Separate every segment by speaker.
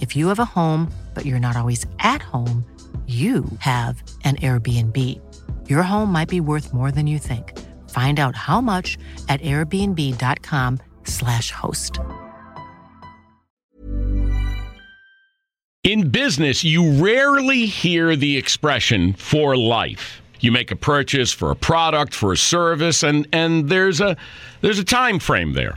Speaker 1: If you have a home, but you're not always at home, you have an Airbnb. Your home might be worth more than you think. Find out how much at airbnb.com/slash host.
Speaker 2: In business, you rarely hear the expression for life. You make a purchase for a product, for a service, and, and there's a there's a time frame there.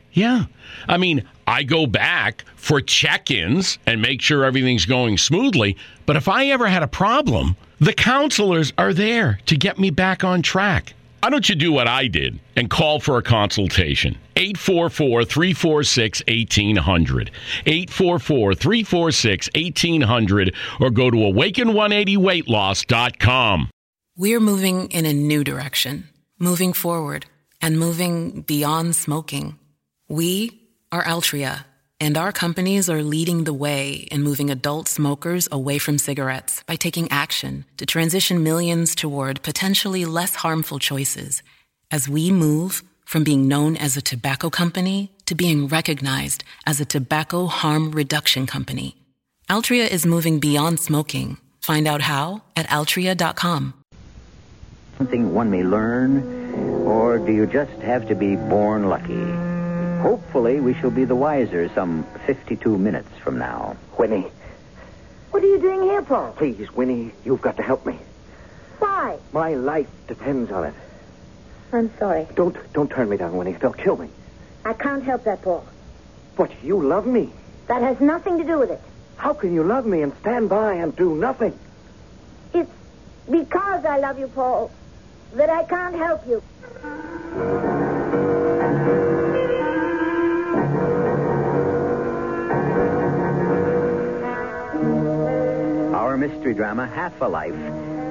Speaker 2: Yeah. I mean, I go back for check ins and make sure everything's going smoothly. But if I ever had a problem, the counselors are there to get me back on track. Why don't you do what I did and call for a consultation? 844 346 1800. 844 346 1800 or go to awaken180weightloss.com.
Speaker 3: We're moving in a new direction, moving forward, and moving beyond smoking. We are Altria, and our companies are leading the way in moving adult smokers away from cigarettes by taking action to transition millions toward potentially less harmful choices. As we move from being known as a tobacco company to being recognized as a tobacco harm reduction company, Altria is moving beyond smoking. Find out how at altria.com.
Speaker 4: something one may learn, or do you just have to be born lucky? Hopefully, we shall be the wiser some 52 minutes from now.
Speaker 5: Winnie. What are you doing here for?
Speaker 4: Please, Winnie, you've got to help me.
Speaker 5: Why?
Speaker 4: My life depends on it.
Speaker 5: I'm sorry.
Speaker 4: Don't don't turn me down, Winnie. They'll kill me.
Speaker 5: I can't help that, Paul.
Speaker 4: But you love me.
Speaker 5: That has nothing to do with it.
Speaker 4: How can you love me and stand by and do nothing?
Speaker 5: It's because I love you, Paul, that I can't help you.
Speaker 4: Our mystery drama, Half a Life,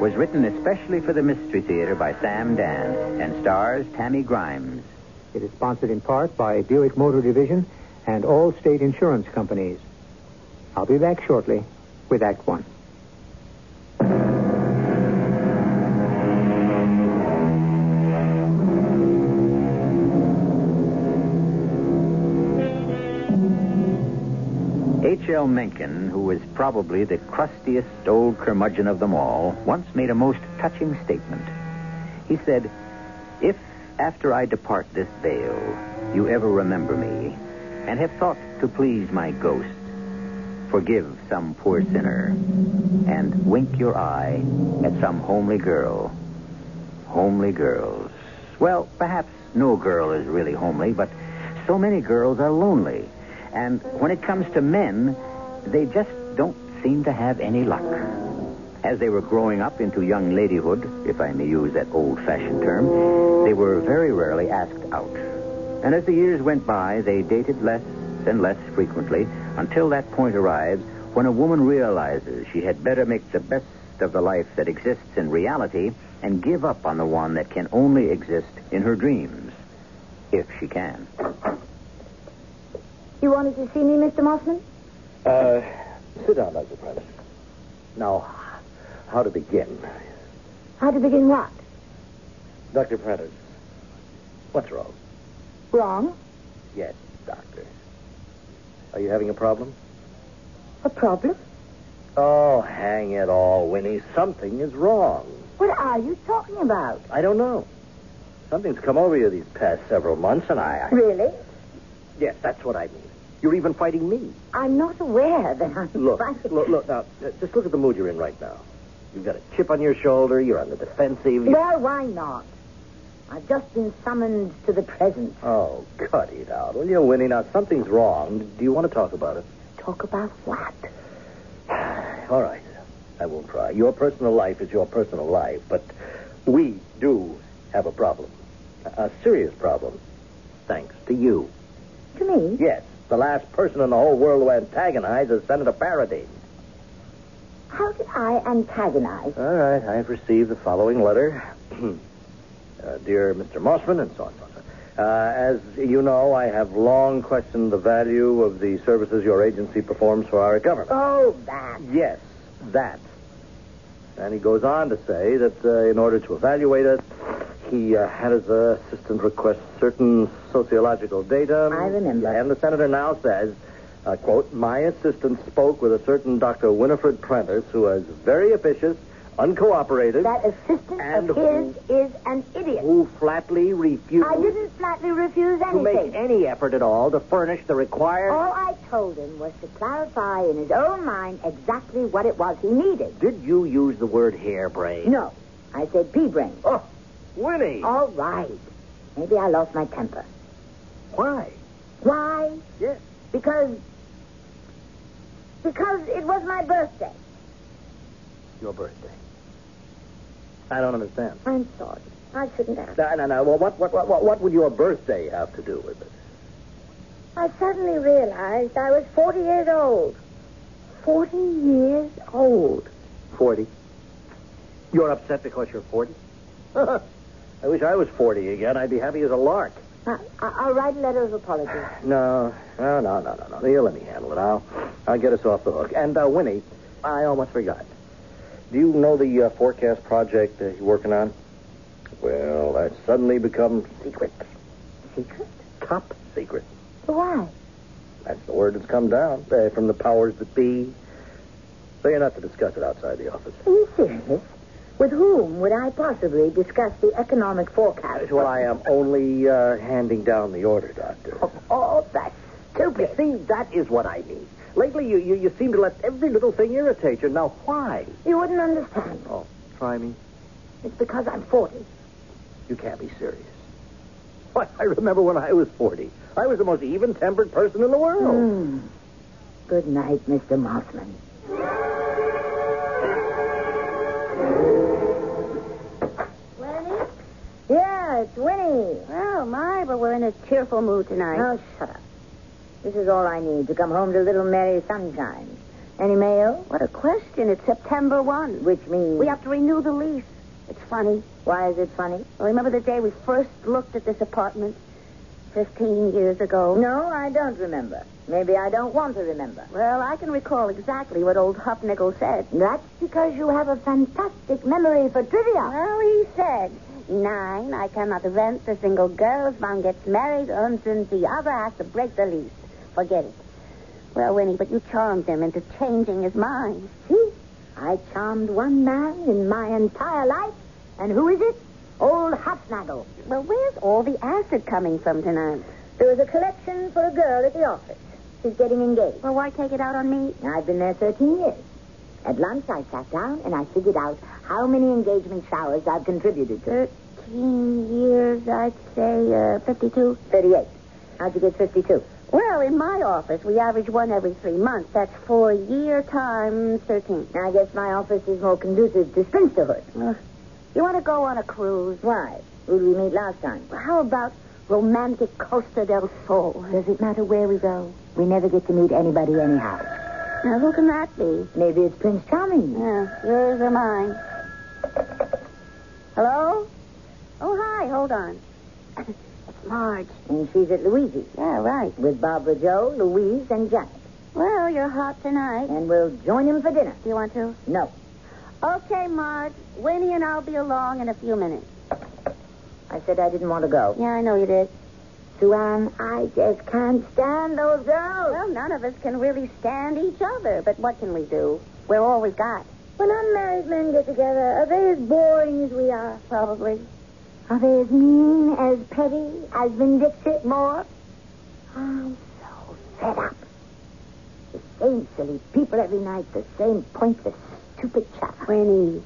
Speaker 4: was written especially for the Mystery Theater by Sam Dan and stars Tammy Grimes.
Speaker 6: It is sponsored in part by Buick Motor Division and all state insurance companies. I'll be back shortly with Act One.
Speaker 4: H.L. Mencken, who was probably the crustiest old curmudgeon of them all, once made a most touching statement. He said, If, after I depart this vale, you ever remember me, and have thought to please my ghost, forgive some poor sinner, and wink your eye at some homely girl. Homely girls. Well, perhaps no girl is really homely, but so many girls are lonely. And when it comes to men, they just don't seem to have any luck. As they were growing up into young ladyhood, if I may use that old-fashioned term, they were very rarely asked out. And as the years went by, they dated less and less frequently until that point arrives when a woman realizes she had better make the best of the life that exists in reality and give up on the one that can only exist in her dreams, if she can.
Speaker 5: You wanted to see me, Mr. Mossman?
Speaker 7: Uh, sit down, Dr. Prentice. Now, how to begin?
Speaker 5: How to begin what?
Speaker 7: Dr. Prentice, what's wrong?
Speaker 5: Wrong?
Speaker 7: Yes, doctor. Are you having a problem?
Speaker 5: A problem?
Speaker 7: Oh, hang it all, Winnie. Something is wrong.
Speaker 5: What are you talking about?
Speaker 7: I don't know. Something's come over you these past several months, and I. I...
Speaker 5: Really?
Speaker 7: Yes, that's what I mean. You're even fighting me.
Speaker 5: I'm not aware that I'm
Speaker 7: Look,
Speaker 5: fighting-
Speaker 7: look, look. Now, uh, just look at the mood you're in right now. You've got a chip on your shoulder. You're on the defensive. you-
Speaker 5: Well, why not? I've just been summoned to the present.
Speaker 7: Oh, cut it out, will you, Winnie? Now, something's wrong. Do you want to talk about it?
Speaker 5: Talk about what?
Speaker 7: All right. I won't try. Your personal life is your personal life, but we do have a problem. A, a serious problem. Thanks to you.
Speaker 5: To me?
Speaker 7: Yes, the last person in the whole world to antagonize is Senator Faraday.
Speaker 5: How did I antagonize?
Speaker 7: All right, I have received the following letter. uh, dear Mr. Mossman, and so on and so on. Uh, as you know, I have long questioned the value of the services your agency performs for our government.
Speaker 5: Oh, that.
Speaker 7: Yes, that. And he goes on to say that uh, in order to evaluate us, he uh, had his uh, assistant request certain sociological data.
Speaker 5: I remember.
Speaker 7: And the senator now says, uh, quote, My assistant spoke with a certain Dr. Winifred Prentice who was very officious, uncooperative,
Speaker 5: That assistant
Speaker 7: And
Speaker 5: of his is an idiot.
Speaker 7: who flatly refused
Speaker 5: I didn't flatly refuse
Speaker 7: to
Speaker 5: anything.
Speaker 7: make any effort at all to furnish the required...
Speaker 5: All I told him was to clarify in his own mind exactly what it was he needed.
Speaker 7: Did you use the word harebrained?
Speaker 5: No, I said pea brain.
Speaker 7: Oh, Winnie.
Speaker 5: All right. Maybe I lost my temper.
Speaker 7: Why?
Speaker 5: Why?
Speaker 7: Yes.
Speaker 5: Because. Because it was my birthday.
Speaker 7: Your birthday. I don't understand.
Speaker 5: I'm sorry. I shouldn't have.
Speaker 7: No, no, no. Well, what, what, what, what- what would your birthday have to do with it?
Speaker 5: I suddenly realized I was 40 years old. 40 years old.
Speaker 7: Forty. You're upset because you're forty? I wish I was forty again. I'd be happy as a lark.
Speaker 5: I, I, I'll write a letter of apology.
Speaker 7: No, no, no, no, no, no. You let me handle it. I'll, I'll get us off the hook. And uh, Winnie, I almost forgot. Do you know the uh, forecast project that you're working on? Well, that's suddenly become secret,
Speaker 5: Secret?
Speaker 7: top secret.
Speaker 5: Why?
Speaker 7: That's the word that's come down uh, from the powers that be. So you're not to discuss it outside the office.
Speaker 5: Are you
Speaker 7: Mm-hmm.
Speaker 5: serious? With whom would I possibly discuss the economic forecast?
Speaker 7: Well, I am only uh, handing down the order, Doctor.
Speaker 5: Of all that's
Speaker 7: Oh, stupid. See, that is what I mean. Lately, you, you, you seem to let every little thing irritate you. Now, why?
Speaker 5: You wouldn't understand.
Speaker 7: Oh, try me.
Speaker 5: It's because I'm 40.
Speaker 7: You can't be serious. What? I remember when I was 40. I was the most even-tempered person in the world.
Speaker 5: Hmm. Good night, Mr. Mossman. Winnie? Yeah, it's Winnie.
Speaker 8: Oh, my, but we're in a cheerful mood tonight.
Speaker 5: Oh, shut up. This is all I need to come home to little Mary Sunshine. Any mail?
Speaker 8: What a question. It's September 1.
Speaker 5: Which means...
Speaker 8: We have to renew the lease. It's funny.
Speaker 5: Why is it funny?
Speaker 8: Remember the day we first looked at this apartment 15 years ago?
Speaker 5: No, I don't remember. Maybe I don't want to remember.
Speaker 8: Well, I can recall exactly what old Hupnickel said.
Speaker 5: That's because you have a fantastic memory for trivia.
Speaker 8: Well, he said, Nine, I cannot rent the single girls. One gets married, and since the other has to break the lease. Forget it. Well, Winnie, but you charmed him into changing his mind.
Speaker 5: See? I charmed one man in my entire life. And who is it? Old Hufnagel.
Speaker 8: Well, where's all the acid coming from tonight?
Speaker 5: There was a collection for a girl at the office. She's getting engaged.
Speaker 8: Well, why take it out on me?
Speaker 5: I've been there 13 years. At lunch, I sat down and I figured out how many engagement showers I've contributed to.
Speaker 8: Thirteen years, I'd say, uh, fifty-two.
Speaker 5: 38. How'd you get 52?
Speaker 8: Well, in my office, we average one every three months. That's four year times 13.
Speaker 5: I guess my office is more conducive to spinsterhood.
Speaker 8: You want to go on a cruise?
Speaker 5: Why? Who did we meet last time?
Speaker 8: How about romantic Costa del Sol?
Speaker 5: Does it matter where we go? We never get to meet anybody anyhow.
Speaker 8: Now, who can that be?
Speaker 5: Maybe it's Prince Charming.
Speaker 8: Yeah, yours or mine. Hello? Oh, hi. Hold on. it's Marge.
Speaker 5: And she's at Louise's.
Speaker 8: Yeah, right.
Speaker 5: With Barbara Joe, Louise, and Janet.
Speaker 8: Well, you're hot tonight.
Speaker 5: And we'll join him for dinner.
Speaker 8: Do you want to?
Speaker 5: No.
Speaker 8: Okay, Marge. Winnie and I'll be along in a few minutes.
Speaker 5: I said I didn't want to go.
Speaker 8: Yeah, I know you did.
Speaker 5: Sue Ann, I just can't stand those girls.
Speaker 8: Well, none of us can really stand each other, but what can we do? We're all we got.
Speaker 5: When unmarried men get together, are they as boring as we are?
Speaker 8: Probably.
Speaker 5: Are they as mean, as petty, as vindictive, more? I'm so fed up. The same silly people every night, the same pointless, stupid chatter.
Speaker 8: Winnie,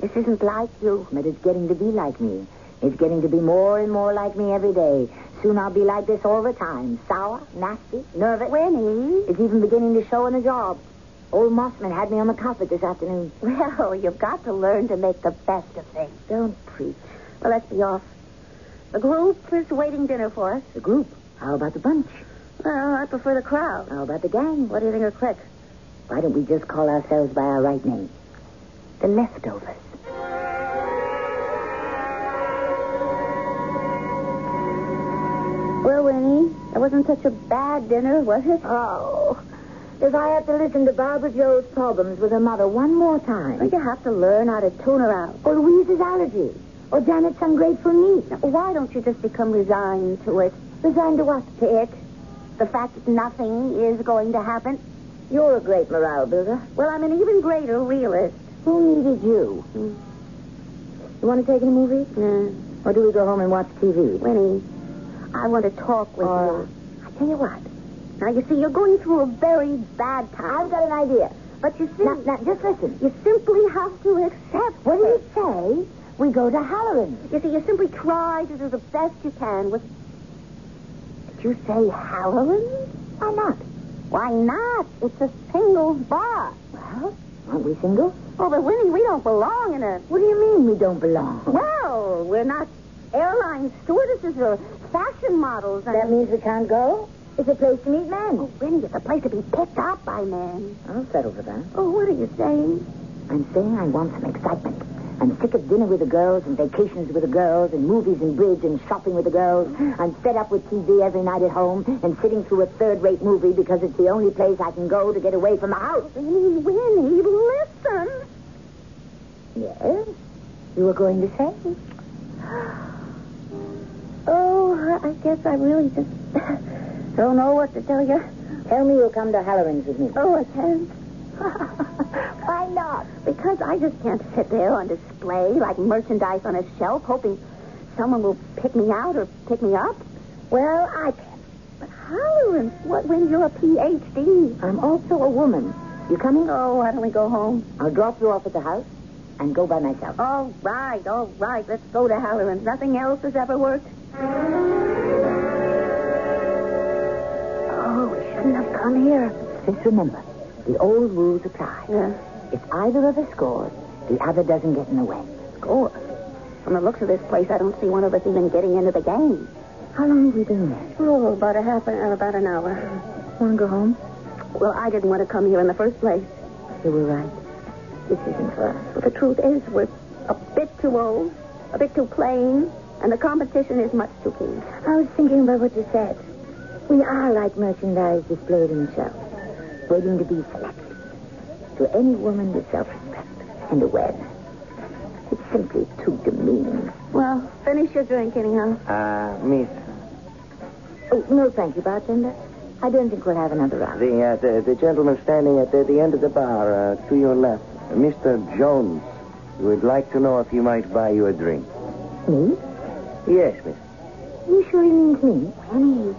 Speaker 8: this isn't like you.
Speaker 5: But it's getting to be like me. It's getting to be more and more like me every day. Soon I'll be like this all the time. Sour, nasty, nervous.
Speaker 8: Winnie?
Speaker 5: It's even beginning to show in the job. Old Mossman had me on the carpet this afternoon.
Speaker 8: Well, you've got to learn to make the best of things.
Speaker 5: Don't preach.
Speaker 8: Well, let's be off. The group is waiting dinner for us.
Speaker 5: The group. How about the bunch?
Speaker 8: Well, I prefer the crowd.
Speaker 5: How about the gang?
Speaker 8: What do you think of Click?
Speaker 5: Why don't we just call ourselves by our right name? The leftovers.
Speaker 8: Well, Winnie, that wasn't such a bad dinner, was it?
Speaker 5: Oh. If I have to listen to Barbara Joe's problems with her mother one more time.
Speaker 8: Don't you have to learn how to tune her out?
Speaker 5: Or Louise's allergy. Or Janet's ungrateful niece.
Speaker 8: Now, Why don't you just become resigned to it?
Speaker 5: Resigned to what?
Speaker 8: To it? The fact that nothing is going to happen?
Speaker 5: You're a great morale builder.
Speaker 8: Well, I'm an even greater realist. Hmm.
Speaker 5: Who needed you? You want to take in a movie? Or do we go home and watch TV?
Speaker 8: Winnie, I want to talk with
Speaker 5: All
Speaker 8: you. I tell you what. Now, you see, you're going through a very bad time.
Speaker 5: I've got an idea.
Speaker 8: But you see,
Speaker 5: Now, now, just listen.
Speaker 8: you simply have to accept
Speaker 5: What do
Speaker 8: it.
Speaker 5: you say? We go to Halloran.
Speaker 8: You see, you simply try to do the best you can with...
Speaker 5: Did you say Halloran? Why not?
Speaker 8: Why not? It's a singles bar.
Speaker 5: Well, aren't we single?
Speaker 8: Oh, but Winnie, we don't belong in a...
Speaker 5: What do you mean we don't belong?
Speaker 8: Well, we're not airline stewardesses or fashion models. And...
Speaker 5: That means we can't go? It's a place to meet men.
Speaker 8: Oh, Winnie, it's a place to be picked up by men.
Speaker 5: I'll settle for that.
Speaker 8: Oh, what are you saying?
Speaker 5: I'm saying I want some excitement. I'm sick of dinner with the girls and vacations with the girls and movies and bridge and shopping with the girls. I'm fed up with TV every night at home and sitting through a third-rate movie because it's the only place I can go to get away from the house.
Speaker 8: Winnie, Winnie, listen.
Speaker 5: Yes? You were going to say?
Speaker 8: Oh, I guess I really just don't know what to tell you.
Speaker 5: Tell me you'll come to Halloran's with me.
Speaker 8: Oh, I can't.
Speaker 5: Why not?
Speaker 8: Because I just can't sit there on display like merchandise on a shelf, hoping someone will pick me out or pick me up.
Speaker 5: Well, I can.
Speaker 8: But Halloran, what when you're a PhD?
Speaker 5: I'm also a woman. You coming?
Speaker 8: Oh, why don't we go home?
Speaker 5: I'll drop you off at the house and go by myself.
Speaker 8: All right, all right. Let's go to Halloran's. Nothing else has ever worked.
Speaker 5: Oh, we shouldn't have come here. Just remember, the old rules apply.
Speaker 8: Yeah.
Speaker 5: If either of us scores, the other doesn't get in the way.
Speaker 8: Score. From the looks of this place, I don't see one of us even getting into the game.
Speaker 5: How long have we been there?
Speaker 8: Oh, about a half an about an hour.
Speaker 5: Want to go home?
Speaker 8: Well, I didn't want to come here in the first place.
Speaker 5: You were right. This isn't for us.
Speaker 8: But the truth is, we're a bit too old, a bit too plain, and the competition is much too keen.
Speaker 5: I was thinking about what you said. We are like merchandise displayed in shelves, waiting to be selected. To any woman with self-respect and awareness, it's simply too demeaning.
Speaker 8: Well, finish your drink anyhow.
Speaker 7: Uh, Miss,
Speaker 5: Oh, no, thank you, bartender. I don't think we'll have another round.
Speaker 7: the, uh, the, the gentleman standing at the, the end of the bar, uh, to your left, Mr. Jones, would like to know if he might buy you a drink.
Speaker 5: Me?
Speaker 7: Yes, miss.
Speaker 5: You sure he means me?
Speaker 8: Penny,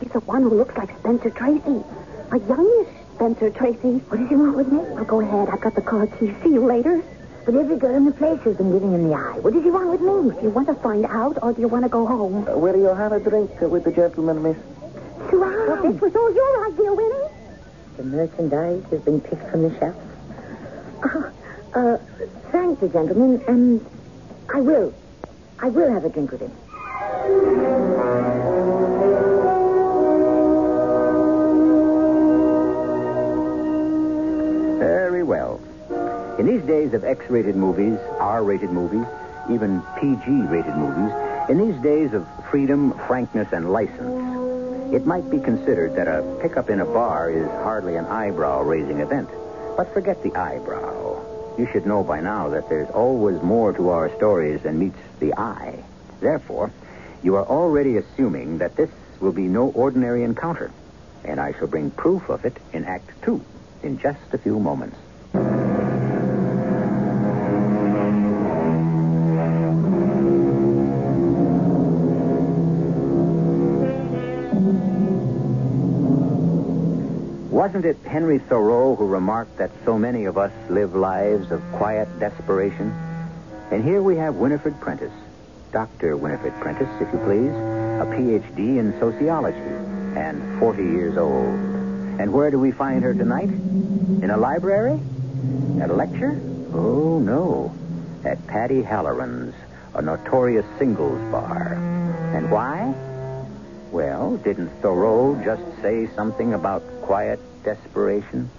Speaker 8: he's the one who looks like Spencer Tracy, a youngish Spencer Tracy.
Speaker 5: What does he want with me?
Speaker 8: Well, go ahead. I've got the car key. See you later.
Speaker 5: But every girl in the place has been giving him the eye. What does he want with me?
Speaker 8: Do you want to find out, or do you want to go home?
Speaker 7: Uh, will you have a drink uh, with the gentleman, miss?
Speaker 5: looked around.
Speaker 8: Well, this was all your idea, Winnie.
Speaker 5: The merchandise has been picked from the shelf. Ah, uh, thank the gentleman, and I will. I will have a drink with him.
Speaker 4: Very well. In these days of X rated movies, R rated movies, even PG rated movies, in these days of freedom, frankness, and license, it might be considered that a pickup in a bar is hardly an eyebrow raising event. But forget the eyebrow. You should know by now that there's always more to our stories than meets the eye. Therefore, you are already assuming that this will be no ordinary encounter, and I shall bring proof of it in Act Two in just a few moments. Wasn't it Henry Thoreau who remarked that so many of us live lives of quiet desperation? And here we have Winifred Prentice, Dr. Winifred Prentice, if you please, a PhD in sociology and 40 years old. And where do we find her tonight? In a library? At a lecture? Oh, no. At Patty Halloran's, a notorious singles bar. And why? Well, didn't Thoreau just say something about quiet desperation?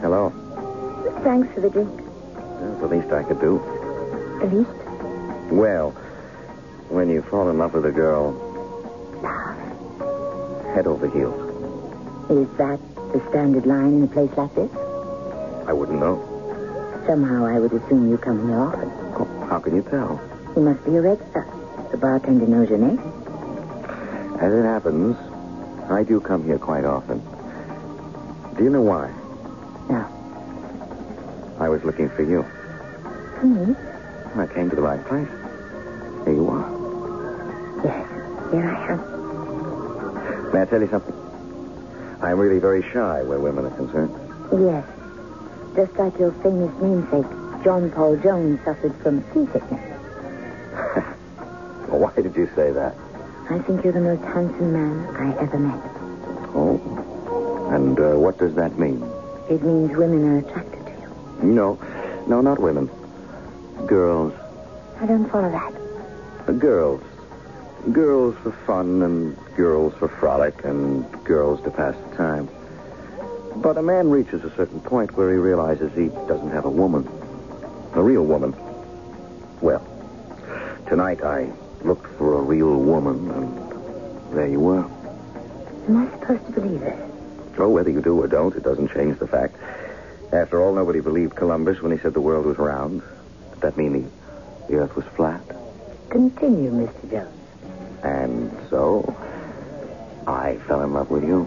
Speaker 4: Hello.
Speaker 5: Thanks for the drink.
Speaker 7: That's the least I could do.
Speaker 5: At least.
Speaker 7: Well, when you fall in love with a girl, head over heels.
Speaker 5: Is that the standard line in a place like this?
Speaker 7: I wouldn't know.
Speaker 5: Somehow I would assume you come here often.
Speaker 7: Oh, How can you tell?
Speaker 5: You must be a regular. The bartender knows your name.
Speaker 7: As it happens, I do come here quite often. Do you know why?
Speaker 5: No.
Speaker 7: I was looking for you.
Speaker 5: For me?
Speaker 7: I came to the right place. Here you are.
Speaker 5: Yes. Here I am.
Speaker 7: May I tell you something? I'm really very shy where women are concerned.
Speaker 5: Yes. Just like your famous namesake, John Paul Jones suffered from seasickness.
Speaker 7: Well, why did you say that?
Speaker 5: I think you're the most handsome man I ever met.
Speaker 7: Oh. And uh, what does that mean?
Speaker 5: It means women are attracted to you.
Speaker 7: No, no, not women. Girls.
Speaker 5: I don't follow that.
Speaker 7: Uh, girls. Girls for fun and girls for frolic and girls to pass the time. But a man reaches a certain point where he realizes he doesn't have a woman. A real woman. Well, tonight I looked for a real woman and there you were.
Speaker 5: Am I supposed to believe this?
Speaker 7: Oh, whether you do or don't, it doesn't change the fact. After all, nobody believed Columbus when he said the world was round. Did that mean the, the earth was flat?
Speaker 5: Continue, Mr. Jones.
Speaker 7: And so, I fell in love with you.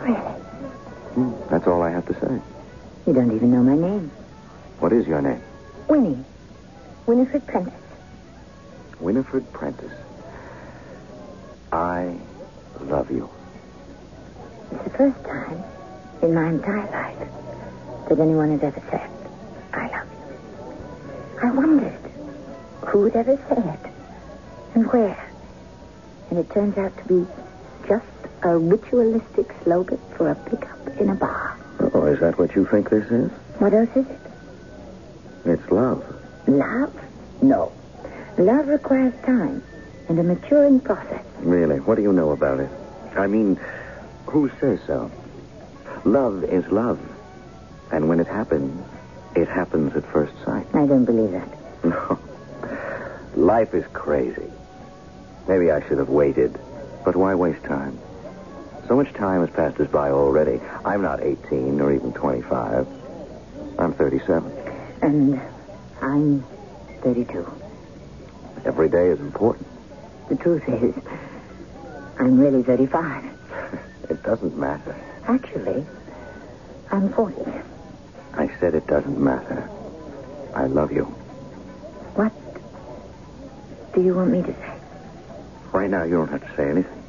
Speaker 5: Really?
Speaker 7: Hmm, That's all I have to say.
Speaker 5: You don't even know my name.
Speaker 7: What is your name?
Speaker 5: Winnie. Winifred Prentice.
Speaker 7: Winifred Prentice. I love you.
Speaker 5: It's the first time in my entire life that anyone has ever said, I love you. I wondered who would ever say it and where. And it turns out to be just a ritualistic slogan for a pickup in a bar.
Speaker 7: Oh, is that what you think this is?
Speaker 5: What else is it?
Speaker 7: It's love.
Speaker 5: Love? No. Love requires time and a maturing process.
Speaker 7: Really? What do you know about it? I mean, who says so? Love is love. And when it happens, it happens at first sight.
Speaker 5: I don't believe that.
Speaker 7: No. Life is crazy. Maybe I should have waited. But why waste time? So much time has passed us by already. I'm not 18 or even 25. I'm 37.
Speaker 5: And uh, I'm 32.
Speaker 7: Every day is important.
Speaker 5: The truth is, I'm really 35.
Speaker 7: It doesn't matter.
Speaker 5: Actually, I'm 40.
Speaker 7: I said it doesn't matter. I love you.
Speaker 5: What do you want me to say?
Speaker 7: Right now, you don't have to say anything.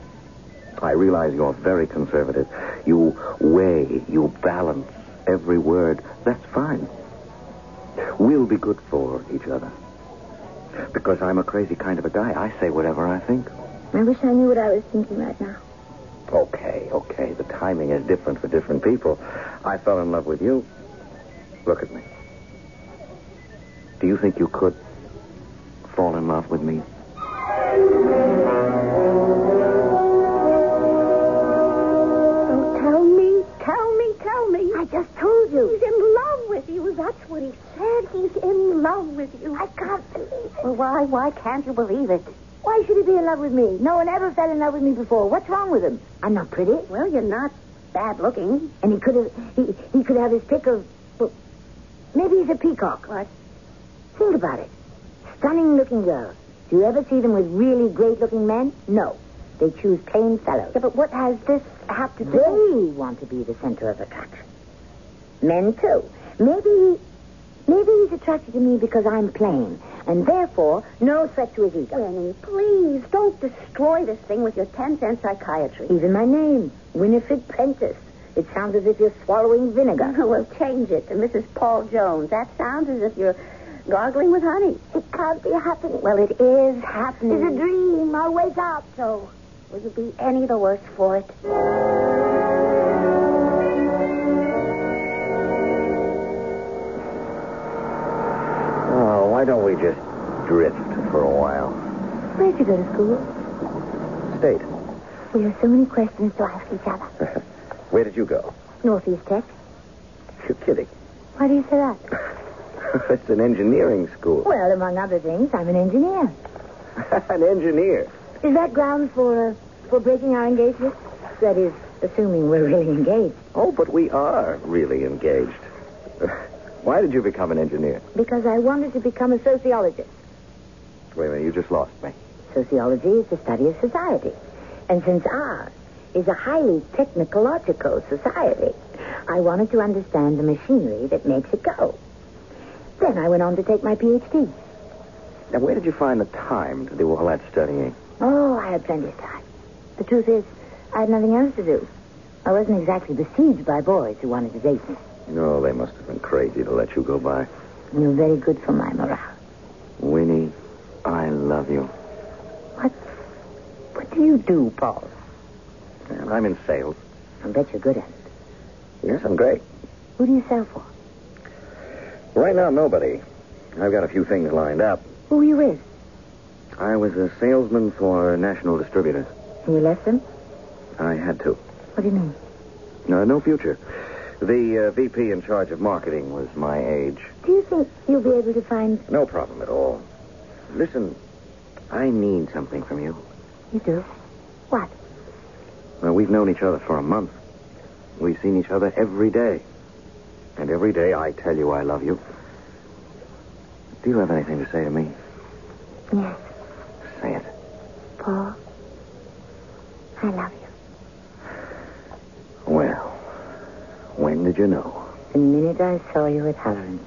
Speaker 7: I realize you're very conservative. You weigh, you balance every word. That's fine. We'll be good for each other. Because I'm a crazy kind of a guy. I say whatever I think.
Speaker 5: I wish I knew what I was thinking right now.
Speaker 7: Okay, okay. The timing is different for different people. I fell in love with you. Look at me. Do you think you could fall in love with me?
Speaker 8: Oh, tell me, tell me, tell me. I just told you. He's in love with you. That's what he said. He's in love with you. I can't believe it. Well, why, why can't you believe it?
Speaker 5: Why should he be in love with me? No one ever fell in love with me before. What's wrong with him? I'm not pretty.
Speaker 8: Well, you're not bad looking.
Speaker 5: And he could have he, he could have his pick of well, maybe he's a peacock.
Speaker 8: What?
Speaker 5: Think about it. Stunning looking girls. Do you ever see them with really great looking men? No. They choose plain fellows.
Speaker 8: Yeah, but what has this have to do?
Speaker 5: They want to be the center of attraction. Men too. Maybe maybe he's attracted to me because I'm plain, and therefore no threat to his ego.
Speaker 8: Winnie, please don't destroy this thing with your ten cent psychiatry.
Speaker 5: Even my name, Winifred Prentice. It sounds as if you're swallowing vinegar.
Speaker 8: well, change it to Mrs. Paul Jones. That sounds as if you're gargling with honey.
Speaker 5: It can't be happening.
Speaker 8: Well, it is happening.
Speaker 5: It's a dream. I'll wake up.
Speaker 8: So, will you be any the worse for it?
Speaker 7: Oh, why don't we just drift for a while?
Speaker 5: Where'd you go to school?
Speaker 7: State,
Speaker 5: We have so many questions to ask each other.
Speaker 7: where did you go?
Speaker 5: Northeast Tech.
Speaker 7: You're kidding.
Speaker 5: Why do you say that?
Speaker 7: it's an engineering school.
Speaker 5: Well, among other things, I'm an engineer.
Speaker 7: an engineer.
Speaker 5: Is that grounds for uh, for breaking our engagement? That is, assuming we're really engaged.
Speaker 7: Oh, but we are really engaged. Why did you become an engineer?
Speaker 5: Because I wanted to become a sociologist.
Speaker 7: Wait a minute, you just lost me.
Speaker 5: Sociology is the study of society. And since ours is a highly technological society, I wanted to understand the machinery that makes it go. Then I went on to take my PhD.
Speaker 7: Now, where did you find the time to do all that studying?
Speaker 5: Oh, I had plenty of time. The truth is, I had nothing else to do. I wasn't exactly besieged by boys who wanted to date me.
Speaker 7: No, they must have been crazy to let you go by.
Speaker 5: And you're very good for my morale.
Speaker 7: Winnie, I love you.
Speaker 5: What? What do you do, Paul?
Speaker 7: And I'm in sales.
Speaker 5: I bet you're good at it.
Speaker 7: Yes, I'm great.
Speaker 5: Who do you sell for?
Speaker 7: Right now, nobody. I've got a few things lined up.
Speaker 5: Who are you with?
Speaker 7: I was a salesman for National Distributors.
Speaker 5: And you left them?
Speaker 7: I had to.
Speaker 5: What do you mean?
Speaker 7: No, no future. The uh, VP in charge of marketing was my age.
Speaker 5: Do you think you'll be able to find...
Speaker 7: No problem at all. Listen, I need something from you.
Speaker 5: You do? What?
Speaker 7: Well, we've known each other for a month. We've seen each other every day. And every day I tell you I love you. Do you have anything to say to me?
Speaker 5: Yes,
Speaker 7: Say it.
Speaker 5: Paul. I love you.
Speaker 7: Well, when did you know?
Speaker 5: The minute I saw you at Halloran.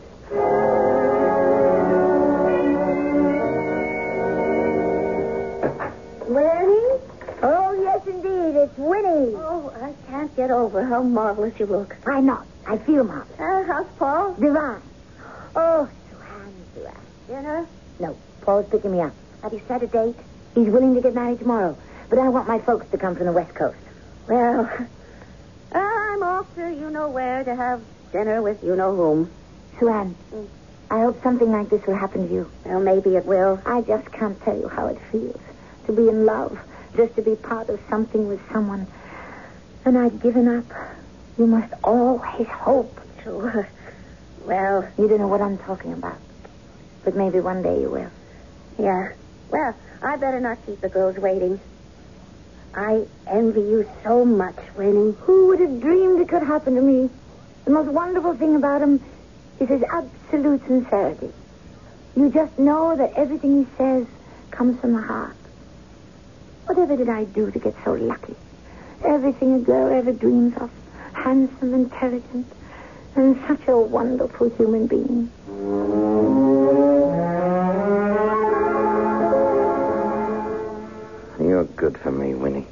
Speaker 8: Winnie?
Speaker 5: Oh, yes, indeed. It's Winnie.
Speaker 8: Oh, I can't get over how marvelous you look.
Speaker 5: Why not? I feel marvelous.
Speaker 8: Uh, how's Paul?
Speaker 5: Divine. Oh, Suhan, Suhan.
Speaker 8: Dinner?
Speaker 5: No, Paul's picking me up.
Speaker 8: Have you set a date?
Speaker 5: He's willing to get married tomorrow, but I want my folks to come from the West Coast.
Speaker 8: Well, I'm off to you know where to have dinner with you know whom.
Speaker 5: Suan, I hope something like this will happen to you.
Speaker 8: Well, maybe it will.
Speaker 5: I just can't tell you how it feels to be in love, just to be part of something with someone. And I've given up. You must always hope.
Speaker 8: Sure. Well,
Speaker 5: You don't know what I'm talking about. But maybe one day you will.
Speaker 8: yeah. Well, I better not keep the girls waiting. I envy you so much, Winnie.
Speaker 5: Who would have dreamed it could happen to me? The most wonderful thing about him is his absolute sincerity. You just know that everything he says comes from the heart. Whatever did I do to get so lucky? Everything a girl ever dreams of. Handsome, intelligent, and such a wonderful human being.
Speaker 7: You're good for me, Winnie.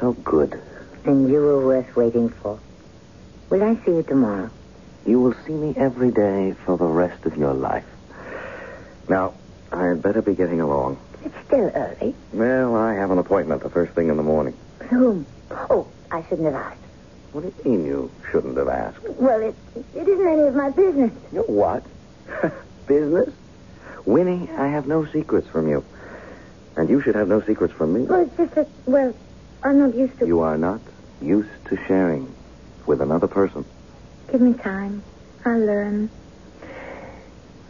Speaker 7: So good.
Speaker 5: And you were worth waiting for. Will I see you tomorrow?
Speaker 7: You will see me every day for the rest of your life. Now, I had better be getting along.
Speaker 5: It It's still early.
Speaker 7: Well, I have an appointment the first thing in the morning.
Speaker 5: With whom? Oh, I shouldn't have asked.
Speaker 7: What do you mean you shouldn't have asked?
Speaker 5: Well, it, it isn't any of my business.
Speaker 7: Your what? Business? Winnie, I have no secrets from you. And you should have no secrets from me.
Speaker 5: Well, it's just that, well, I'm not used to...
Speaker 7: You are not used to sharing with another person.
Speaker 5: Give me time. I'll learn.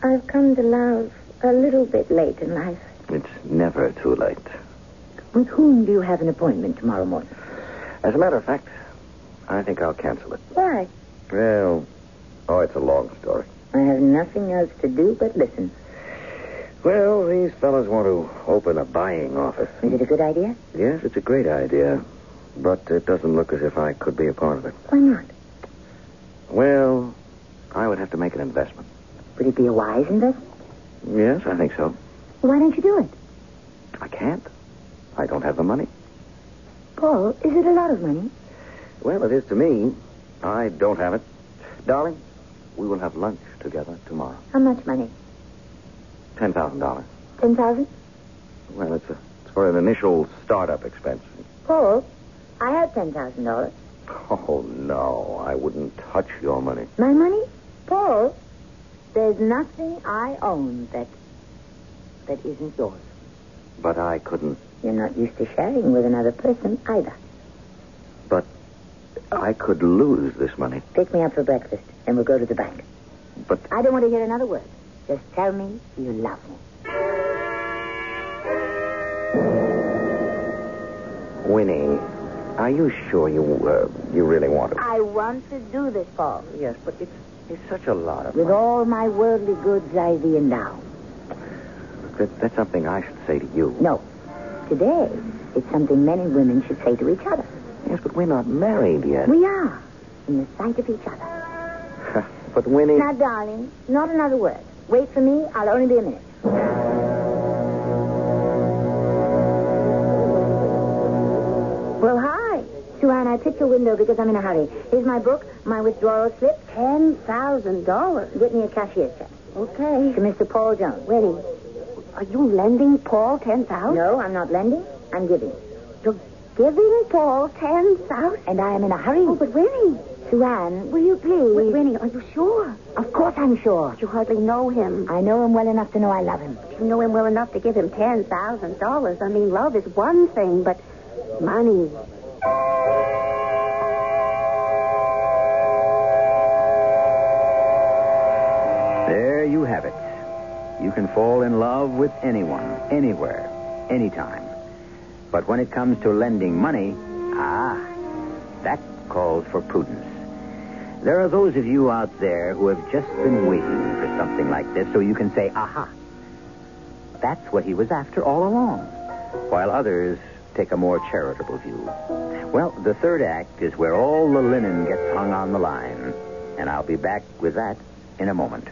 Speaker 5: I've come to love a little bit late in life.
Speaker 7: It's never too late.
Speaker 5: With whom do you have an appointment tomorrow morning?
Speaker 7: As a matter of fact, I think I'll cancel it.
Speaker 5: Why?
Speaker 7: Well, oh, it's a long story.
Speaker 5: I have nothing else to do but listen.
Speaker 7: Well, these fellas want to open a buying office.
Speaker 5: Is it a good idea?
Speaker 7: Yes, it's a great idea, but it doesn't look as if I could be a part of it.
Speaker 5: Why not?
Speaker 7: Well, I would have to make an investment.
Speaker 5: Would it be a wise investment?
Speaker 7: Yes, I think so.
Speaker 5: Why don't you do it?
Speaker 7: I can't. I don't have the money.
Speaker 5: Paul, is it a lot of money?
Speaker 7: Well, it is to me. I don't have it. Darling, we will have lunch together tomorrow.
Speaker 5: How much money?
Speaker 7: Ten thousand dollars.
Speaker 5: Ten thousand?
Speaker 7: Well, it's, a, it's for an initial startup expense.
Speaker 5: Paul, I have ten thousand dollars.
Speaker 7: Oh no, I wouldn't touch your money.
Speaker 5: My money? Paul, there's nothing I own that that isn't yours.
Speaker 7: But I couldn't.
Speaker 5: You're not used to sharing with another person either.
Speaker 7: But I could lose this money.
Speaker 5: Pick me up for breakfast, and we'll go to the bank.
Speaker 7: But
Speaker 5: I don't want to hear another word. Just tell me you love me.
Speaker 7: Winnie, are you sure you uh, you really want to?
Speaker 5: I want to do this, Paul.
Speaker 7: Yes, but it's it's such a lot of
Speaker 5: With
Speaker 7: money.
Speaker 5: all my worldly goods, I thee endow.
Speaker 7: That, that's something I should say to you.
Speaker 5: No. Today, it's something many women should say to each other.
Speaker 7: Yes, but we're not married yet.
Speaker 5: We are, in the sight of each other.
Speaker 7: but Winnie.
Speaker 5: Now, darling, not another word. Wait for me. I'll only be a minute. Well, hi. Joanne, I picked your window because I'm in a hurry. Here's my book, my withdrawal slip. Ten thousand dollars. Get me a cashier's check. Okay. To Mr. Paul Jones. Winnie, are you lending Paul ten thousand? No, I'm not lending. I'm giving. You're giving Paul ten thousand? And I am in a hurry. Oh, but Winnie. Joanne, will you please? Winnie, are you sure? Of course I'm sure.
Speaker 8: You hardly know him.
Speaker 5: I know him well enough to know I love him.
Speaker 8: You know him well enough to give him ten thousand dollars. I mean, love is one thing, but money.
Speaker 4: There you have it. You can fall in love with anyone, anywhere, anytime. But when it comes to lending money, ah, that calls for prudence. There are those of you out there who have just been waiting for something like this so you can say, aha. That's what he was after all along, while others take a more charitable view. Well, the third act is where all the linen gets hung on the line, and I'll be back with that in a moment.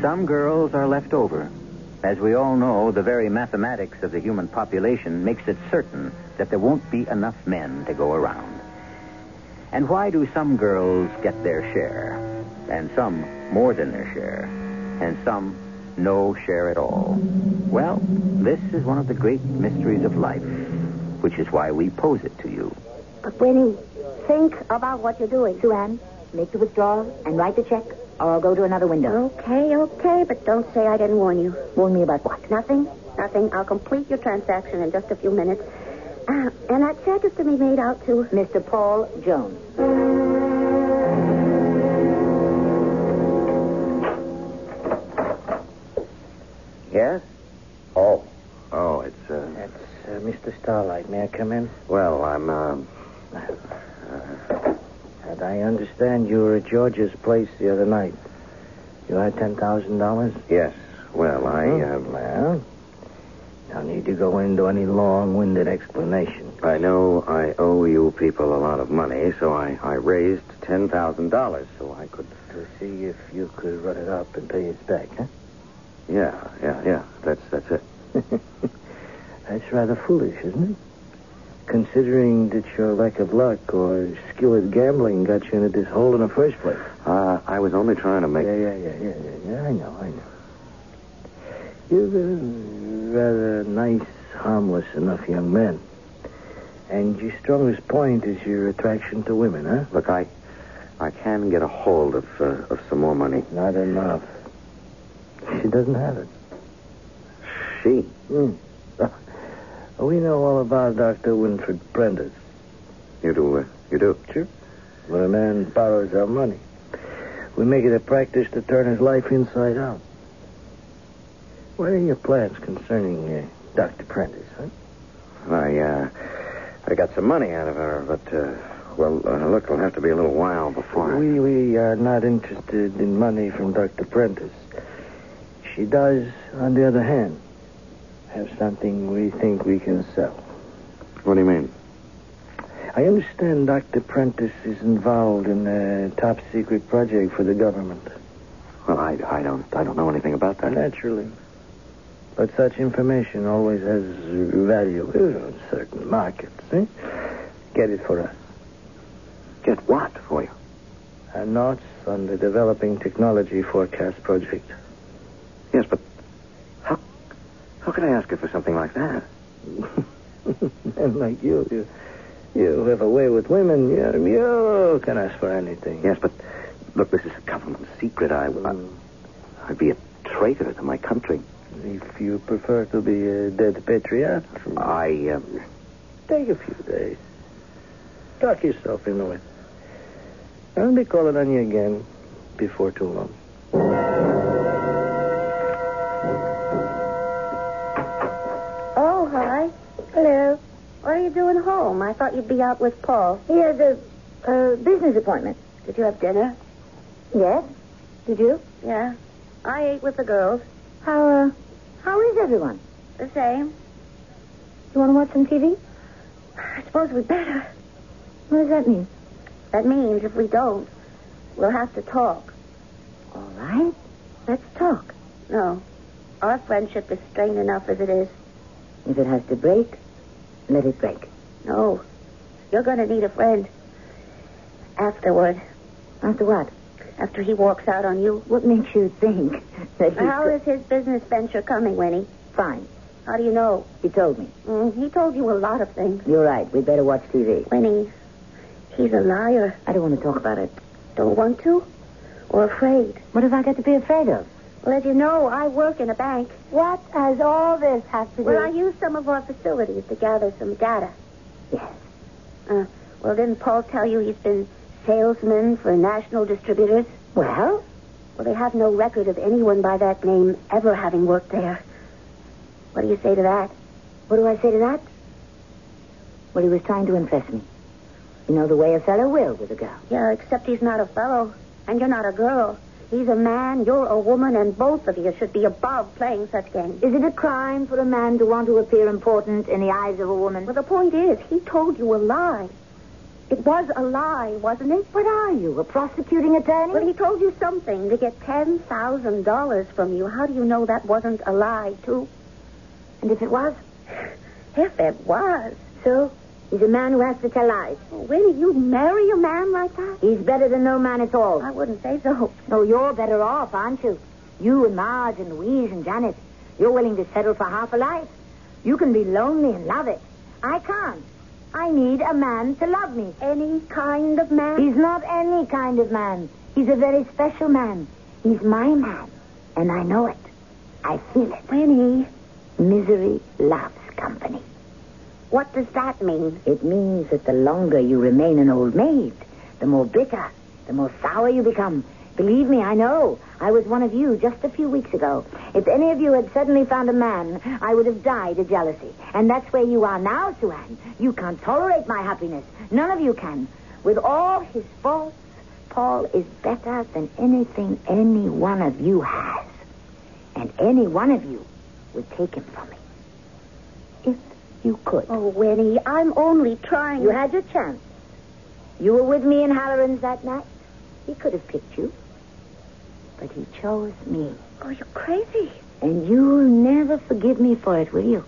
Speaker 4: Some girls are left over. As we all know, the very mathematics of the human population makes it certain that there won't be enough men to go around. And why do some girls get their share, and some more than their share, and some no share at all? Well, this is one of the great mysteries of life, which is why we pose it to you.
Speaker 5: But Winnie,
Speaker 8: Think about what you're doing.
Speaker 5: Joanne, make the withdrawal and write the check, or I'll go to another window.
Speaker 8: Okay, okay, but don't say I didn't warn you.
Speaker 5: Warn me about what?
Speaker 8: Nothing, nothing. I'll complete your transaction in just a few minutes. Uh, and that check is to be made out to.
Speaker 5: Mr. Paul Jones.
Speaker 7: Yes? Oh. Oh, it's, uh.
Speaker 6: That's uh, Mr. Starlight. May I come in?
Speaker 7: Well, I'm, um.
Speaker 6: Uh, And I understand you were at George's place the other night. You had ten thousand dollars. Hmm.
Speaker 7: Yes. Well, I, um.
Speaker 6: Well, no need to go into any long-winded explanation.
Speaker 7: I know I owe you people a lot of money, so I, I raised $10,000 so I could.
Speaker 6: To see if you could run it up and pay it back, huh?
Speaker 7: Yeah, yeah, yeah. That's, that's it.
Speaker 6: That's rather foolish, isn't it?
Speaker 7: Considering that your lack of luck or skill at gambling got you into this hole in the first place.
Speaker 9: Uh, I was only trying to make.
Speaker 7: Yeah, yeah, yeah, yeah, yeah, yeah. I know, I know. You're a rather nice, harmless enough young man. And your strongest point is your attraction to women, huh?
Speaker 9: Look, I, I can get a hold of uh, of some more money.
Speaker 7: Not enough. She doesn't have it.
Speaker 9: She.
Speaker 7: Hmm. We know all about Dr. Winfred Prentice.
Speaker 9: You do. Uh, you do.
Speaker 7: Sure. When a man borrows our money, we make it a practice to turn his life inside out. What are your plans concerning uh, Dr. Prentice, huh?
Speaker 9: I uh, I got some money out of her, but uh, well, uh, look, it'll have to be a little while before. I-
Speaker 7: We, we are not interested in money from Dr. Prentice. She does, on the other hand, have something we think we can sell.
Speaker 9: What do you mean?
Speaker 7: I understand Dr. Prentice is involved in a top secret project for the government.
Speaker 9: Well, I, I don't I don't know anything about that.
Speaker 7: Naturally. But such information always has value in certain markets. Eh? Get it for us.
Speaker 9: Get what for you?
Speaker 7: A notes on the developing technology forecast project.
Speaker 9: Yes, but how how could I ask her for something like that?
Speaker 7: Men like you, you, you have a way with women. You, you can ask for anything.
Speaker 9: Yes, but look, this is a government secret. I, I I'd be a traitor to my country.
Speaker 7: Mm. If you prefer to be a dead patriot,
Speaker 9: I um,
Speaker 7: Take a few days. Talk yourself into it. I'll be calling on you again before too long.
Speaker 8: Oh, hi. Hello. What are you doing home? I thought you'd be out with Paul. He has a uh, business appointment. Did you have dinner?
Speaker 5: Yes? Did you?
Speaker 8: Yeah. I ate with the girls.
Speaker 5: How, uh, how is everyone?
Speaker 8: The same.
Speaker 5: You want to watch some TV?
Speaker 8: I suppose we better.
Speaker 5: What does that mean?
Speaker 8: That means if we don't, we'll have to talk.
Speaker 5: All right. Let's talk.
Speaker 8: No. Our friendship is strained enough as it is.
Speaker 5: If it has to break, let it break.
Speaker 8: No. You're going to need a friend. Afterward,
Speaker 5: After what?
Speaker 8: after he walks out on you.
Speaker 5: What makes you think that he's...
Speaker 8: How
Speaker 5: go-
Speaker 8: is his business venture coming, Winnie?
Speaker 5: Fine.
Speaker 8: How do you know?
Speaker 5: He told me.
Speaker 8: Mm, he told you a lot of things.
Speaker 5: You're right. We'd better watch TV.
Speaker 8: Winnie, he's a liar.
Speaker 5: I don't want to talk about it.
Speaker 8: Don't want to? Or afraid?
Speaker 5: What have I got to be afraid of?
Speaker 8: Well, as you know, I work in a bank.
Speaker 5: What has all this has to
Speaker 8: Well, I use some of our facilities to gather some data.
Speaker 5: Yes.
Speaker 8: Uh, well, didn't Paul tell you he's been salesman for national distributors?
Speaker 5: Well?
Speaker 8: Well, they have no record of anyone by that name ever having worked there. What do you say to that?
Speaker 5: What do I say to that? Well, he was trying to impress me. You know the way a fellow will with a girl.
Speaker 8: Yeah, except he's not a fellow, and you're not a girl. He's a man, you're a woman, and both of you should be above playing such games.
Speaker 5: Is it a crime for a man to want to appear important in the eyes of a woman?
Speaker 8: Well, the point is, he told you a lie. It was a lie, wasn't it?
Speaker 5: What are you, a prosecuting attorney?
Speaker 8: Well, he told you something to get $10,000 from you. How do you know that wasn't a lie, too?
Speaker 5: And if it was?
Speaker 8: If it was.
Speaker 5: So? He's a man who has to tell lies. Oh,
Speaker 8: Winnie, you'd marry a man like that?
Speaker 5: He's better than no man at all.
Speaker 8: I wouldn't say so.
Speaker 5: No, you're better off, aren't you? You and Marge and Louise and Janet. You're willing to settle for half a life. You can be lonely and love it. I can't. I need a man to love me.
Speaker 8: Any kind of man?
Speaker 5: He's not any kind of man. He's a very special man. He's my man. And I know it. I feel it.
Speaker 8: Winnie,
Speaker 5: Misery loves company.
Speaker 8: what does that mean?
Speaker 5: It means that the longer you remain an old maid, the more bitter, the more sour you become. Believe me, I know. I was one of you just a few weeks ago. If any of you had suddenly found a man, I would have died of jealousy. And that's where you are now, Suan. You can't tolerate my happiness. None of you can. With all his faults, Paul is better than anything any one of you has. And any one of you would take him from me. If you could.
Speaker 8: Oh, Winnie, I'm only trying.
Speaker 5: You had your chance. You were with me in Halloran's that night. He could have picked you. But he chose me.
Speaker 8: Oh, you're crazy.
Speaker 5: And you'll never forgive me for it, will you?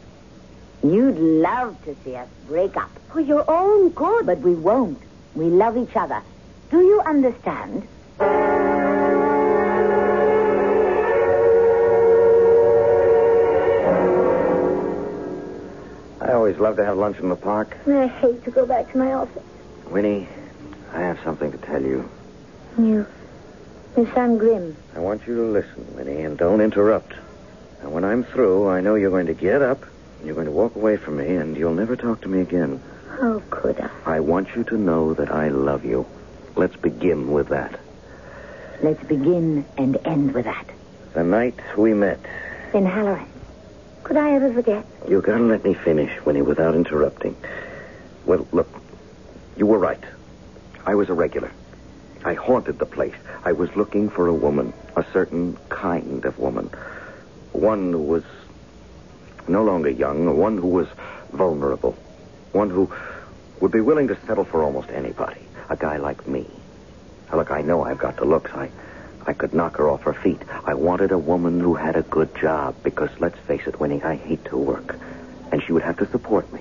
Speaker 10: You'd love to see us break up. For your own good. But we won't. We love each other. Do you understand?
Speaker 7: I always love to have lunch in the park.
Speaker 5: I hate to go back to my office.
Speaker 7: Winnie, I have something to tell you.
Speaker 5: You. You sound grim.
Speaker 7: I want you to listen, Winnie, and don't interrupt. And when I'm through, I know you're going to get up, you're going to walk away from me, and you'll never talk to me again.
Speaker 5: How Oh, could I?
Speaker 7: I want you to know that I love you. Let's begin with that.
Speaker 10: Let's begin and end with that.
Speaker 7: The night we met,
Speaker 5: In Halloran. Could I ever forget?
Speaker 7: you gotta let me finish, Winnie, without interrupting. Well, look, you were right. I was a regular. I haunted the place. I was looking for a woman, a certain kind of woman. One who was no longer young, one who was vulnerable, one who would be willing to settle for almost anybody, a guy like me. Now, look, I know I've got the looks. I, I could knock her off her feet. I wanted a woman who had a good job because, let's face it, Winnie, I hate to work. And she would have to support me.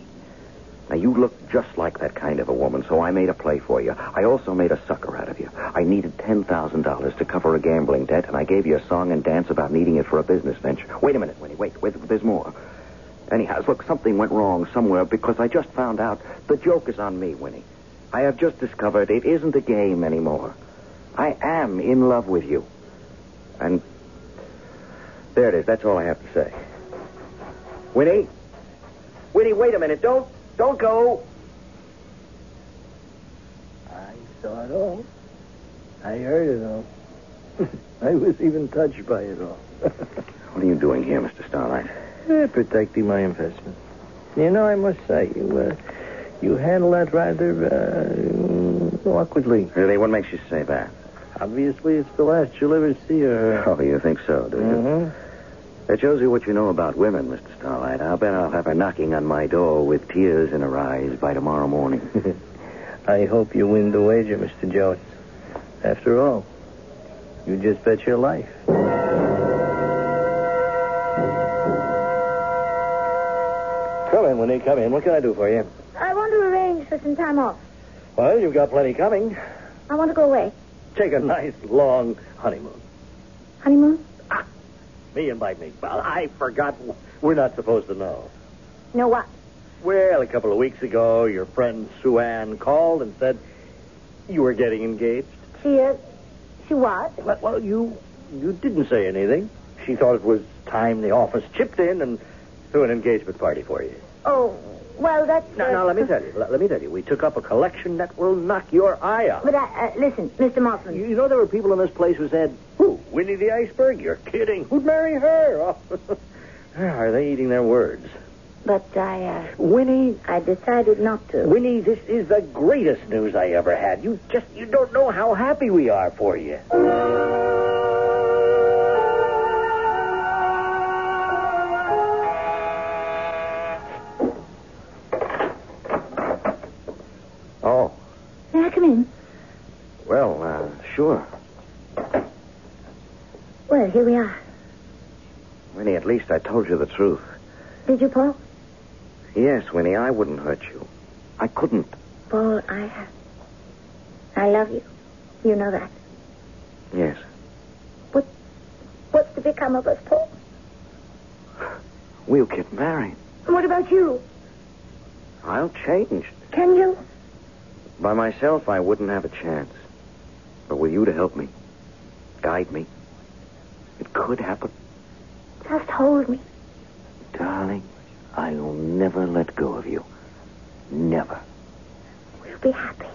Speaker 7: Now, you look just like that kind of a woman, so I made a play for you. I also made a sucker out of you. I needed $10,000 to cover a gambling debt, and I gave you a song and dance about needing it for a business venture. Wait a minute, Winnie. Wait, wait. There's more. Anyhow, look, something went wrong somewhere because I just found out the joke is on me, Winnie. I have just discovered it isn't a game anymore. I am in love with you. And there it is. That's all I have to say. Winnie? Winnie, wait a minute. Don't don't go.
Speaker 4: I saw it all. I heard it all. I was even touched by it all.
Speaker 7: What are you doing here, Mr. Starlight?
Speaker 4: Eh, protecting my investment. You know, I must say, you uh, you handle that rather uh, awkwardly.
Speaker 7: Really, what makes you say that?
Speaker 4: Obviously, it's the last you'll ever see her. Mm-hmm.
Speaker 7: Oh, you think so, do you? That shows you what you know about women, Mr. Starlight. I'll bet I'll have her knocking on my door with tears in her eyes by tomorrow morning.
Speaker 4: I hope you win the wager, Mr. Jones. After all, you just bet your life. Come in, Winnie. Come in. What can I do for you?
Speaker 5: I want to arrange for some time off.
Speaker 4: Well, you've got plenty coming.
Speaker 5: I want to go away.
Speaker 4: Take a nice long honeymoon.
Speaker 5: Honeymoon?
Speaker 4: Me and my big pal. I forgot. We're not supposed to know.
Speaker 5: No what?
Speaker 4: Well, a couple of weeks ago, your friend Sue Ann called and said you were getting engaged.
Speaker 5: She, uh, she what?
Speaker 4: Well, well, you you didn't say anything. She thought it was time the office chipped in and threw an engagement party for you.
Speaker 5: Oh, well, that's...
Speaker 4: Now,
Speaker 5: uh,
Speaker 4: now let me tell you. Let, let me tell you. We took up a collection that will knock your eye out.
Speaker 5: But, I, uh, listen, Mr. Mossman.
Speaker 4: You, you know there were people in this place who said, "Who? Winnie the Iceberg? You're kidding? Who'd marry her?" Oh, Are they eating their words?
Speaker 5: But I, uh,
Speaker 4: Winnie,
Speaker 5: I decided not to.
Speaker 4: Winnie, this is the greatest news I ever had. You just you don't know how happy we are for you.
Speaker 7: Oh,
Speaker 5: May I come in?
Speaker 7: well, uh, sure.
Speaker 5: Well, here we are.
Speaker 7: Winnie, at least I told you the truth.
Speaker 5: Did you, Paul?
Speaker 7: Yes, Winnie, I wouldn't hurt you. I couldn't.
Speaker 5: Paul, I, uh, I love you. You know that.
Speaker 7: Yes.
Speaker 5: What, what's to become of us, Paul?
Speaker 7: We'll get married.
Speaker 5: And what about you?
Speaker 7: I'll change.
Speaker 5: Can you?
Speaker 7: By myself, I wouldn't have a chance. But with you to help me, guide me, it could happen.
Speaker 5: Just hold me.
Speaker 7: Darling, I'll never let go of you. Never.
Speaker 5: We'll be happy.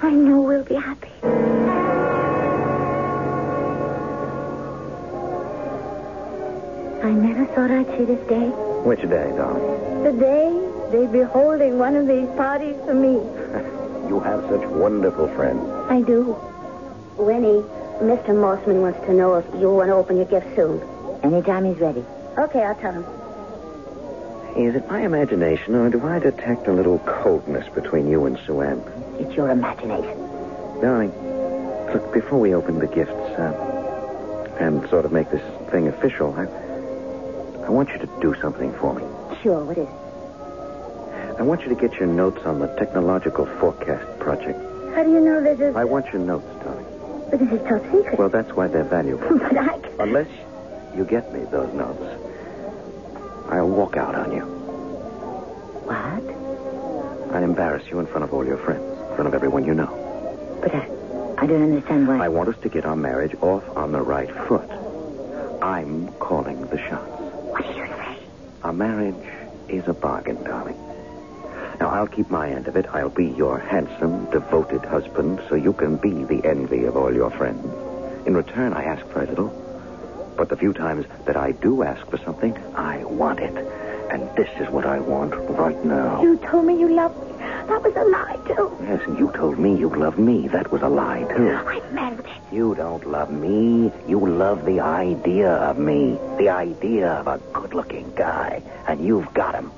Speaker 5: I know we'll be happy. I never thought I'd see this day.
Speaker 7: Which day, darling?
Speaker 5: The day they'd be holding one of these parties for me.
Speaker 7: You have such wonderful friends.
Speaker 5: I do.
Speaker 11: Winnie, Mr. Mossman wants to know if you want to open your gift soon.
Speaker 10: Anytime he's ready.
Speaker 11: Okay, I'll tell him.
Speaker 7: Is it my imagination, or do I detect a little coldness between you and Sue Ann?
Speaker 10: It's your imagination.
Speaker 7: Darling, look, before we open the gifts uh, and sort of make this thing official, I, I want you to do something for me.
Speaker 10: Sure, what is it?
Speaker 7: I want you to get your notes on the technological forecast project.
Speaker 5: How do you know that it's...
Speaker 7: I want your notes, darling.
Speaker 5: But this is top secret.
Speaker 7: Well, that's why they're valuable.
Speaker 5: But I...
Speaker 7: Unless you get me those notes, I'll walk out on you.
Speaker 5: What?
Speaker 7: I'll embarrass you in front of all your friends, in front of everyone you know.
Speaker 5: But I... I don't understand why...
Speaker 7: I want us to get our marriage off on the right foot. I'm calling the shots.
Speaker 5: What do you say?
Speaker 7: Our marriage is a bargain, darling. Now, I'll keep my end of it. I'll be your handsome, devoted husband, so you can be the envy of all your friends. In return, I ask very little. But the few times that I do ask for something, I want it. And this is what I want right now.
Speaker 5: You told me you loved me. That was a lie, too.
Speaker 7: Yes, and you told me you loved me. That was a lie, too.
Speaker 5: I'm mad at it.
Speaker 7: You don't love me. You love the idea of me. The idea of a good looking guy. And you've got him.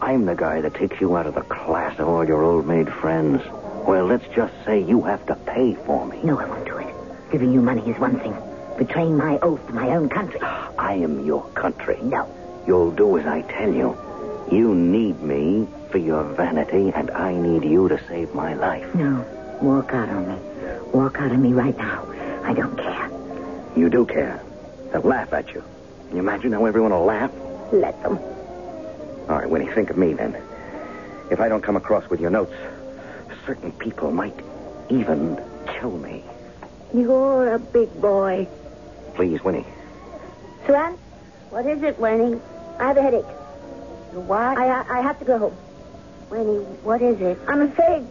Speaker 7: I'm the guy that takes you out of the class of all your old maid friends. Well, let's just say you have to pay for me.
Speaker 5: No, I won't do it. Giving you money is one thing. Betraying my oath to my own country.
Speaker 7: I am your country.
Speaker 5: No.
Speaker 7: You'll do as I tell you. You need me for your vanity, and I need you to save my life.
Speaker 5: No. Walk out on me. Walk out on me right now. I don't care.
Speaker 7: You do care. They'll laugh at you. Can you imagine how everyone will laugh?
Speaker 5: Let them.
Speaker 7: All right, Winnie, think of me then. If I don't come across with your notes, certain people might even kill me.
Speaker 5: You're a big boy.
Speaker 7: Please, Winnie.
Speaker 5: Saran,
Speaker 12: What is it, Winnie?
Speaker 5: I have a headache.
Speaker 12: What?
Speaker 5: I, I, I have to go home.
Speaker 12: Winnie, what is it?
Speaker 5: I'm afraid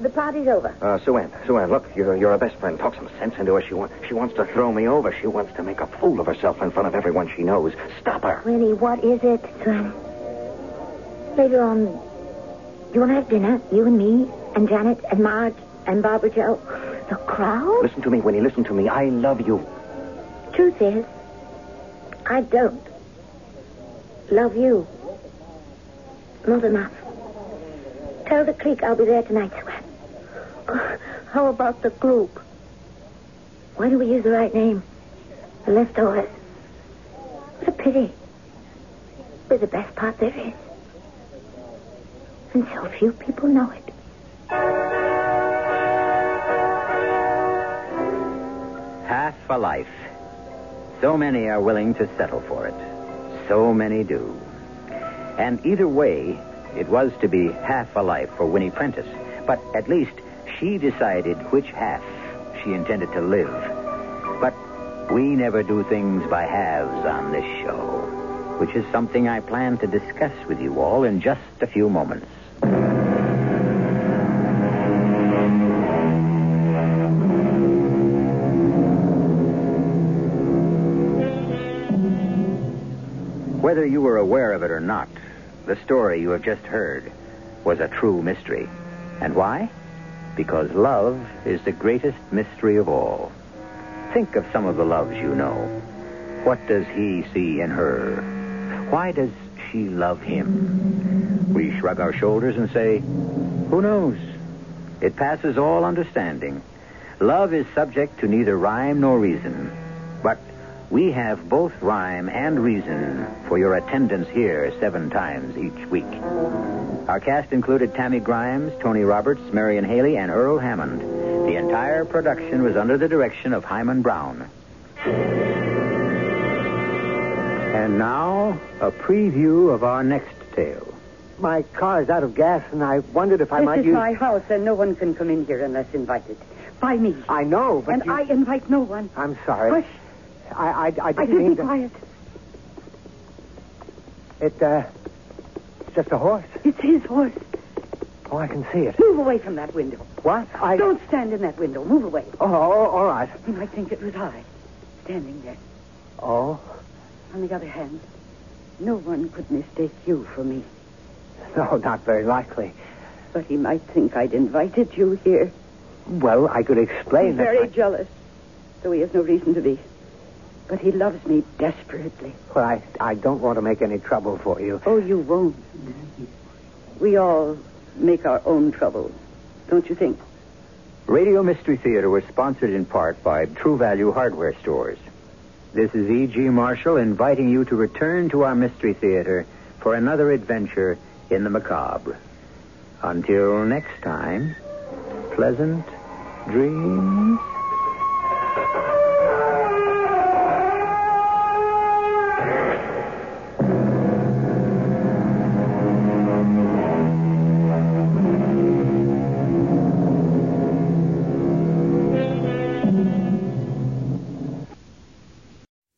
Speaker 5: the party's over.
Speaker 7: Uh, Sue Ann, Sue Ann, look, you're, you're her best friend. Talk some sense into her. She, wa- she wants to throw me over. She wants to make a fool of herself in front of everyone she knows. Stop her.
Speaker 5: Winnie, what is it? Saran, later on, you want to have dinner? You and me, and Janet, and Marge, and Barbara Jo. The crowd?
Speaker 7: Listen to me, Winnie. Listen to me. I love you.
Speaker 5: Truth is, I don't love you. Not enough. Tell the clique I'll be there tonight, Swan. Oh, how about the group? Why do we use the right name? The leftovers. What a pity. We're the best part there is. And so few people know it.
Speaker 4: Half a life. So many are willing to settle for it. So many do. And either way, it was to be half a life for Winnie Prentice. But at least she decided which half she intended to live. But we never do things by halves on this show, which is something I plan to discuss with you all in just a few moments. Whether you were aware of it or not, the story you have just heard was a true mystery. And why? Because love is the greatest mystery of all. Think of some of the loves you know. What does he see in her? Why does she love him? We shrug our shoulders and say, Who knows? It passes all understanding. Love is subject to neither rhyme nor reason. But we have both rhyme and reason for your attendance here seven times each week. Our cast included Tammy Grimes, Tony Roberts, Marion Haley, and Earl Hammond. The entire production was under the direction of Hyman Brown. And now, a preview of our next tale.
Speaker 13: My car's out of gas, and I wondered if I
Speaker 10: This
Speaker 13: might
Speaker 10: is
Speaker 13: use.
Speaker 10: my house, and no one can come in here unless invited. By me.
Speaker 13: I know, but
Speaker 10: and
Speaker 13: you-
Speaker 10: I invite no one.
Speaker 13: I'm sorry.
Speaker 10: Hush.
Speaker 13: I, I, I didn't
Speaker 10: I should
Speaker 13: mean
Speaker 10: be
Speaker 13: to-
Speaker 10: quiet.
Speaker 13: It, uh, it's just a horse.
Speaker 10: It's his horse.
Speaker 13: Oh, I can see it.
Speaker 10: Move away from that window.
Speaker 13: What? I.
Speaker 10: Don't stand in that window. Move away.
Speaker 13: Oh, oh, all right.
Speaker 10: You might think it was I, standing there.
Speaker 13: Oh,
Speaker 10: On the other hand, no one could mistake you for me.
Speaker 13: no, not very likely.
Speaker 10: But he might think I'd invited you here.
Speaker 13: Well, I could explain
Speaker 10: He's
Speaker 13: that.
Speaker 10: very
Speaker 13: I-
Speaker 10: jealous, though he has no reason to be. But he loves me desperately.
Speaker 13: Well, I, I don't want to make any trouble for you.
Speaker 10: Oh, you won't. We all make our own trouble, don't you think?
Speaker 4: Radio Mystery Theater was sponsored in part by True Value Hardware Stores. This is E E.G. Marshall inviting you to return to our Mystery Theater for another adventure in the macabre. Until next time, pleasant dreams.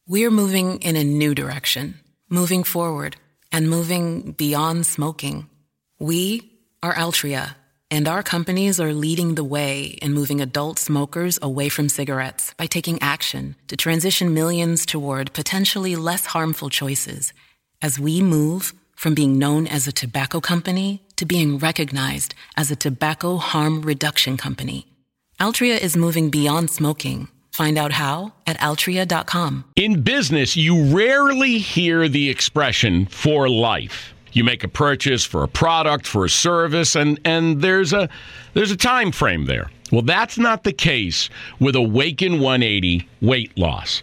Speaker 3: We're moving in a new direction, moving forward, and moving beyond smoking. We are Altria, and our companies are leading the way in moving adult smokers away from cigarettes by taking action to transition millions toward potentially less harmful choices as we move from being known as a tobacco company to being recognized as a tobacco harm reduction company. Altria is moving beyond smoking. Find out how at altria.com.
Speaker 2: In business, you rarely hear the expression for life. You make a purchase for a product, for a service, and, and there's a there's a time frame there. Well, that's not the case with Awaken 180 weight loss.